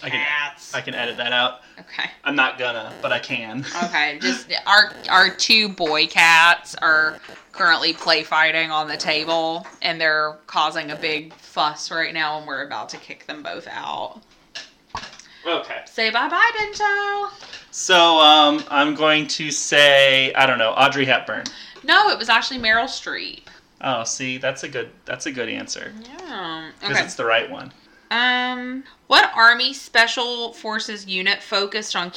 Speaker 1: can,
Speaker 2: cats.
Speaker 1: I can edit that out.
Speaker 2: Okay.
Speaker 1: I'm not gonna, but I can.
Speaker 2: Okay. Just our our two boy cats are currently play fighting on the table, and they're causing a big fuss right now, and we're about to kick them both out.
Speaker 1: okay.
Speaker 2: Say bye bye, Bento.
Speaker 1: So um, I'm going to say I don't know Audrey Hepburn.
Speaker 2: No, it was actually Meryl Streep.
Speaker 1: Oh, see, that's a good that's a good answer
Speaker 2: Yeah.
Speaker 1: because
Speaker 2: Okay.
Speaker 1: it's the right one.
Speaker 2: Um, what Army Special Forces unit focused on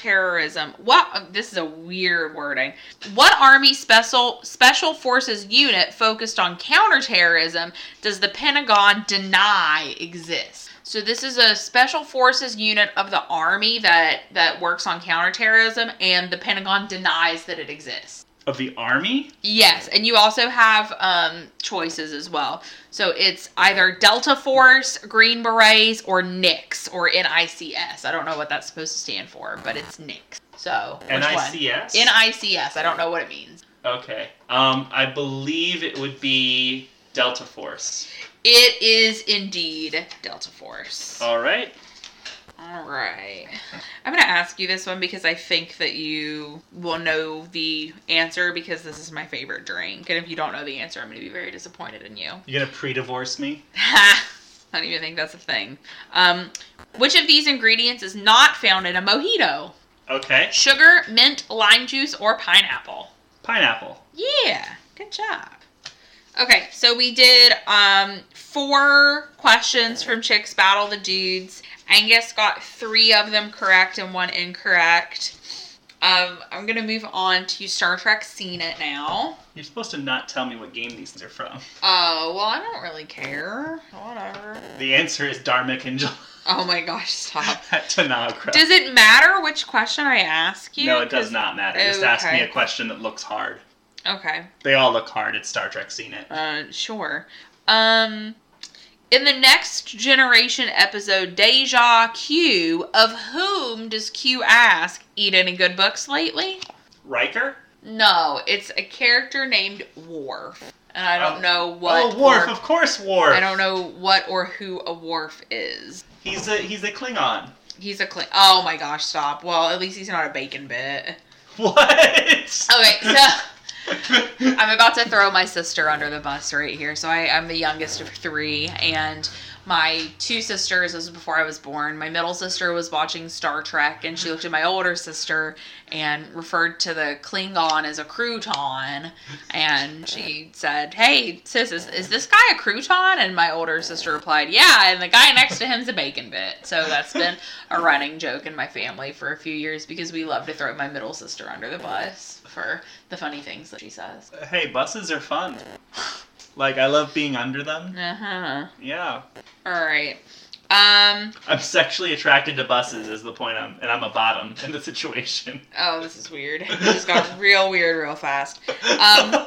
Speaker 2: counterterrorism? What uh, this is a weird wording. What Army Special Special Forces unit focused on counterterrorism does the Pentagon deny exists? So this is a special forces unit of the army that that works on counterterrorism and the Pentagon denies that it exists.
Speaker 1: Of the army?
Speaker 2: Yes, and you also have um, choices as well. So it's either Delta Force, Green Berets, or NICS or NICS. I don't know what that's supposed to stand for, but it's NICS. So which one?
Speaker 1: NICS.
Speaker 2: NICS. I don't know what it means.
Speaker 1: Okay. Um, I believe it would be Delta Force.
Speaker 2: It is indeed Delta Force.
Speaker 1: All right.
Speaker 2: All right. I'm going to ask you this one because I think that you will know the answer because this is my favorite drink. And if you don't know the answer, I'm going to be very disappointed in you.
Speaker 1: You gonna pre-divorce me?
Speaker 2: I don't even think that's a thing. Um, which of these ingredients is not found in a mojito?
Speaker 1: Okay.
Speaker 2: Sugar, mint, lime juice, or pineapple?
Speaker 1: Pineapple.
Speaker 2: Yeah, good job. Okay, so we did um, four questions from Chicks Battle the Dudes. Angus got three of them correct and one incorrect. Um, I'm going to move on to Star Trek Scene It now.
Speaker 1: You're supposed to not tell me what game these are from.
Speaker 2: Oh, well, I don't really care. Whatever.
Speaker 1: The answer is Darmic and Jal-
Speaker 2: Oh my gosh, stop.
Speaker 1: at Tanagra.
Speaker 2: Does it matter which question I ask you?
Speaker 1: no, it does
Speaker 2: 'Cause-
Speaker 1: not matter. Just ask me
Speaker 2: Okay.
Speaker 1: a question that looks hard.
Speaker 2: Okay,
Speaker 1: They all look hard. It's Star Trek. Seen it.
Speaker 2: uh, sure. Um, in the next generation episode, Deja Q, of whom does Q ask, "Eat any good books lately?"
Speaker 1: Riker.
Speaker 2: No, it's a character named Worf, and I don't
Speaker 1: Oh.
Speaker 2: know what.
Speaker 1: oh, Worf.
Speaker 2: or-
Speaker 1: Of course, Worf.
Speaker 2: I don't know what or who a Worf is.
Speaker 1: He's a he's a Klingon.
Speaker 2: He's a clean. Oh my gosh! Stop. Well, at least he's not a bacon bit.
Speaker 1: What?
Speaker 2: Okay, so. I'm about to throw my sister under the bus right here. So I, I'm the youngest of three, and my two sisters, this was before I was born, my middle sister was watching Star Trek and she looked at my older sister and referred to the Klingon as a crouton. And she said, Hey, sis, is, is this guy a crouton? And my older sister replied, Yeah. And the guy next to him's a bacon bit. So that's been a running joke in my family for a few years because we love to throw my middle sister under the bus for the funny things that she says.
Speaker 1: Hey, buses are fun. Like I love being under them.
Speaker 2: Uh huh.
Speaker 1: Yeah,
Speaker 2: All right. Um.
Speaker 1: I'm sexually attracted to buses is the point. I'm and I'm a bottom in the situation.
Speaker 2: Oh, this is weird. It just got real weird real fast. Um,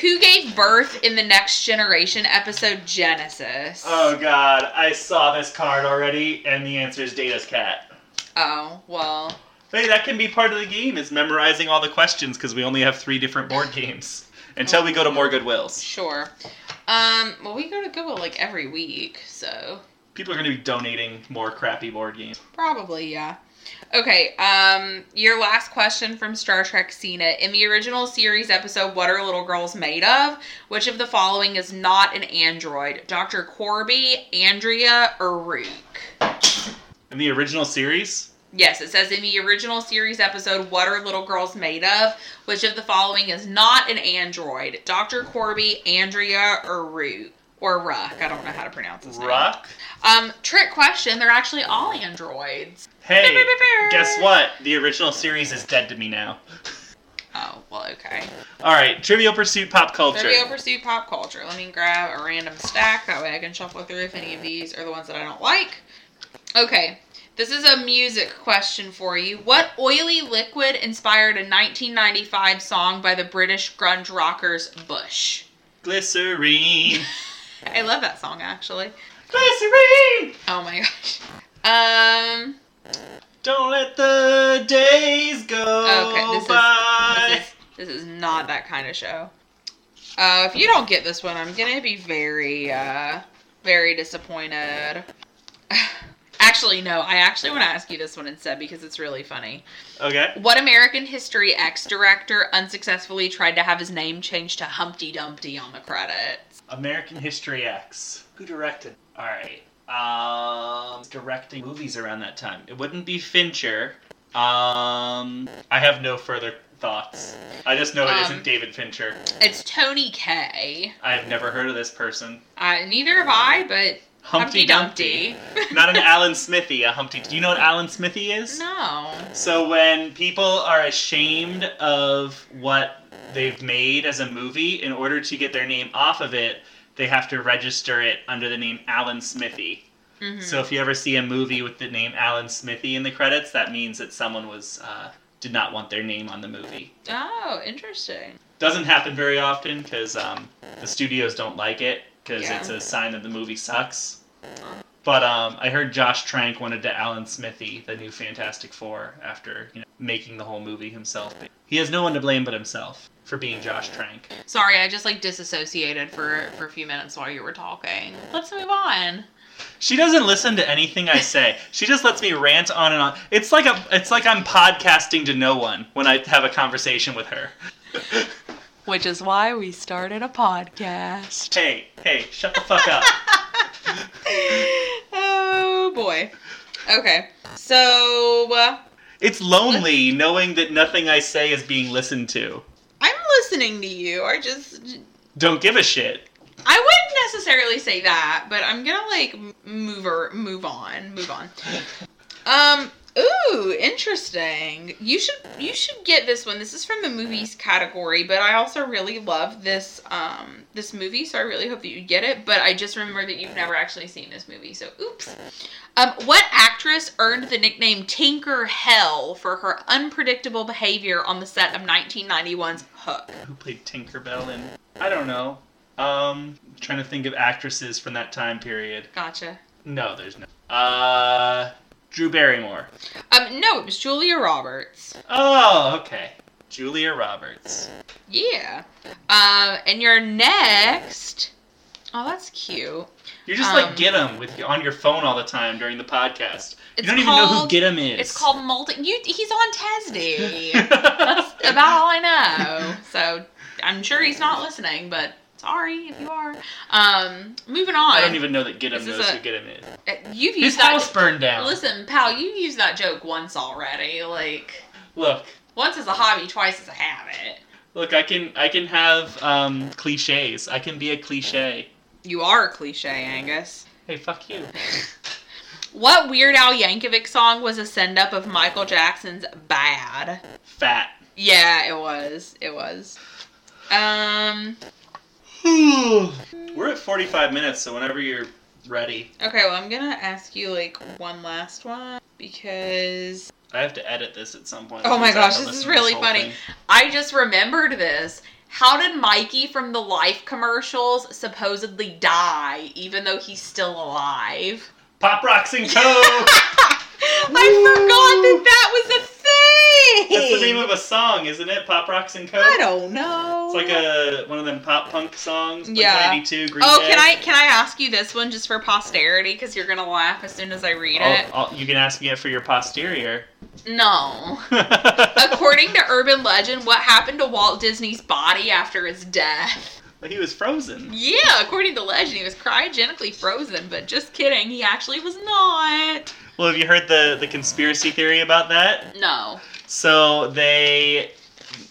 Speaker 2: who gave birth in the Next Generation episode Genesis?
Speaker 1: oh God, I saw this card already, and the answer is Data's cat.
Speaker 2: Oh, well.
Speaker 1: Hey, that can be part of the game is memorizing all the questions because we only have three different board games until we go to more Goodwills.
Speaker 2: Sure. Um. Well, we go to Google like every week, so
Speaker 1: People are going to be donating more crappy board games.
Speaker 2: probably yeah. Okay. Um. Your last question from Star Trek Cena in the original series episode "What Are Little Girls Made Of?" Which of the following is not an android? Doctor Corby, Andrea, or Rook?
Speaker 1: In the original series,
Speaker 2: Yes, it says in the original series episode, What Are Little Girls Made Of? Which of the following is not an android? Dr. Corby, Andrea, or Root? Or Ruck. I don't know how to pronounce his name.
Speaker 1: Ruck.
Speaker 2: Um, trick question. They're actually all androids.
Speaker 1: Hey, guess what? The original series is dead to me now.
Speaker 2: Oh, well, okay.
Speaker 1: All right, Trivial Pursuit pop culture.
Speaker 2: Trivial Pursuit Pop Culture. Let me grab a random stack. That way I can shuffle through if any of these are the ones that I don't like. Okay. This is a music question for you. What oily liquid inspired a 1995 song by the British grunge rockers Bush?
Speaker 1: Glycerine.
Speaker 2: I love that song actually.
Speaker 1: Glycerine.
Speaker 2: Oh my gosh. Um
Speaker 1: Don't let the days go
Speaker 2: Okay, this is-
Speaker 1: by.
Speaker 2: this is, this is not that kind of show. Uh, if you don't get this one, I'm gonna be very, uh, very disappointed. actually, no, I actually want to ask you this one instead because it's really funny.
Speaker 1: Okay.
Speaker 2: What American History X director unsuccessfully tried to have his name changed to Humpty Dumpty on the credits?
Speaker 1: American History X. Who directed? All right. Um, directing movies around that time. It wouldn't be Fincher. Um, I have no further thoughts. I just know it
Speaker 2: Um,
Speaker 1: not David Fincher.
Speaker 2: It's Tony K.
Speaker 1: I have never heard of this person.
Speaker 2: Uh, neither have I, but Humpty,
Speaker 1: Humpty Dumpty. Not an Alan Smithy, a Humpty. Do you know what Alan Smithy is?
Speaker 2: no.
Speaker 1: So when people are ashamed of what they've made as a movie, in order to get their name off of it, they have to register it under the name Alan Smithy.
Speaker 2: Mhm.
Speaker 1: So if you ever see a movie with the name Alan Smithy in the credits, that means that someone was uh, did not want their name on the movie.
Speaker 2: Oh, interesting.
Speaker 1: Doesn't happen very often because um, the studios don't like it because
Speaker 2: Yeah.
Speaker 1: it's a sign that the movie sucks. But um, I heard Josh Trank wanted to Alan Smithy the new Fantastic Four after you know, making the whole movie himself. He has no one to blame but himself for being Josh Trank.
Speaker 2: Sorry, I just like disassociated for for a few minutes while you were talking. Let's move on.
Speaker 1: She doesn't listen to anything I say. She just lets me rant on and on. It's like a, it's like I'm podcasting to no one when I have a conversation with her.
Speaker 2: Which is why we started a podcast.
Speaker 1: Hey, hey, shut the fuck up.
Speaker 2: oh boy. Okay. So uh,
Speaker 1: It's lonely knowing that nothing I say is being listened to.
Speaker 2: I'm listening to you. I just
Speaker 1: Don't give a shit.
Speaker 2: I wouldn't necessarily say that, but I'm gonna like m- move or move on, move on. Um, ooh, interesting. You should you should get this one. This is from the movies category, but I also really love this um this movie, so I really hope that you get it. But I just remember that you've never actually seen this movie, so oops. Um, what actress earned the nickname Tinker Hell for her unpredictable behavior on the set of 1991's Hook?
Speaker 1: Who played Tinkerbell in? I don't know. Um, trying to think of actresses from that time period.
Speaker 2: Gotcha.
Speaker 1: No, there's no. Uh, Drew Barrymore.
Speaker 2: Um, no, it was Julia Roberts.
Speaker 1: Oh, okay. Julia Roberts.
Speaker 2: Yeah. Um, and your next. Oh, that's cute.
Speaker 1: You're just
Speaker 2: Um,
Speaker 1: like get 'em with on your phone all the time during the podcast. You
Speaker 2: It's
Speaker 1: don't even know who
Speaker 2: called-
Speaker 1: get 'em is.
Speaker 2: It's called multi. You, he's on Tesdy. that's about all I know. So I'm sure he's not listening, but it's Sorry if you are. Um, moving on.
Speaker 1: I don't even know that get him
Speaker 2: This is
Speaker 1: knows
Speaker 2: a-
Speaker 1: who get him is.
Speaker 2: Uh, You've
Speaker 3: His
Speaker 2: used that.
Speaker 3: house burned down.
Speaker 2: Listen, pal, you've used that joke once already. Like
Speaker 1: Look,
Speaker 2: once is a hobby, twice is a habit.
Speaker 1: look, I can I can have um, cliches. I can be a cliche.
Speaker 2: You are cliche, Angus.
Speaker 1: Hey, fuck you.
Speaker 2: What Weird Al Yankovic song was a send up of Michael Jackson's Bad?
Speaker 1: Fat.
Speaker 2: Yeah, it was. It was. Um.
Speaker 1: We're at 45 minutes, so whenever you're ready,
Speaker 2: Okay, well, I'm gonna ask you like one last one because
Speaker 1: I have to edit this at some point.
Speaker 2: Oh my
Speaker 1: because I have
Speaker 2: gosh,
Speaker 1: to
Speaker 2: this is
Speaker 1: listen to
Speaker 2: really
Speaker 1: whole
Speaker 2: funny.
Speaker 1: thing.
Speaker 2: I just remembered this. How did Mikey from the Life commercials supposedly die, even though he's still alive?
Speaker 1: Pop Rocks and Co.
Speaker 2: I forgot that that was a thing.
Speaker 1: That's the name of a song, isn't it? Pop Rocks and Co.
Speaker 2: I don't know.
Speaker 1: It's like a one of them pop punk songs. Blink
Speaker 2: Yeah.
Speaker 1: 182, Green
Speaker 2: Oh,
Speaker 1: Day.
Speaker 2: can I can I ask you this one just for posterity? Because you're gonna laugh as soon as I read it.
Speaker 1: I'll- I'll- you can ask me it for your posterior.
Speaker 2: No. According to urban legend, what happened to Walt Disney's body after his death?
Speaker 1: he was frozen.
Speaker 2: Yeah, according to legend, he was cryogenically frozen, but just kidding, he actually was not.
Speaker 1: Well, have you heard the the conspiracy theory about that?
Speaker 2: No.
Speaker 1: So they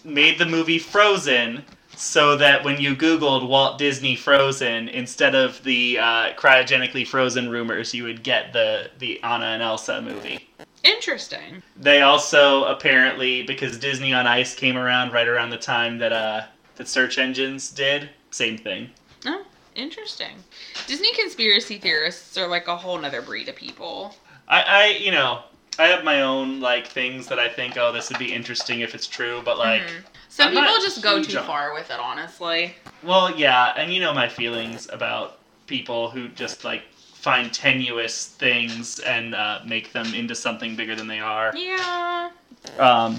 Speaker 1: made the movie Frozen so that when you Googled Walt Disney Frozen, instead of the uh, cryogenically frozen rumors, you would get the, the Anna and Elsa movie.
Speaker 2: Interesting.
Speaker 1: They also apparently, because Disney on Ice came around right around the time that uh, that search engines did, same thing.
Speaker 2: Oh, interesting. Disney conspiracy theorists are like a whole nother breed of people.
Speaker 1: I, I you know, I have my own like things that I think, oh, this would be interesting if it's true, but like,
Speaker 2: Mhm. Some
Speaker 1: I'm
Speaker 2: people
Speaker 1: not
Speaker 2: just go
Speaker 1: huge
Speaker 2: too
Speaker 1: on-
Speaker 2: far with it, honestly.
Speaker 1: Well, yeah, and you know my feelings about people who just like find tenuous things and uh, make them into something bigger than they are.
Speaker 2: Yeah.
Speaker 1: Um,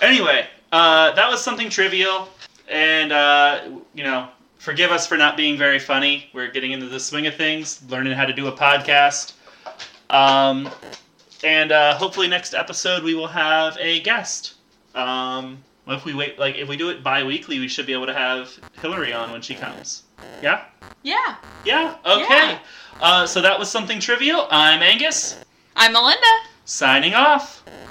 Speaker 1: anyway, uh, that was something trivial, and uh, you know, forgive us for not being very funny. We're getting into the swing of things, learning how to do a podcast. Um, and uh, hopefully next episode we will have a guest. Um, if we wait, like if we do it bi-weekly, we should be able to have Hillary on when she comes. Yeah.
Speaker 2: Yeah.
Speaker 1: Yeah. Okay.
Speaker 2: Yeah.
Speaker 1: Uh, so that was something trivial. I'm Angus
Speaker 2: I'm Melinda.
Speaker 1: signing off.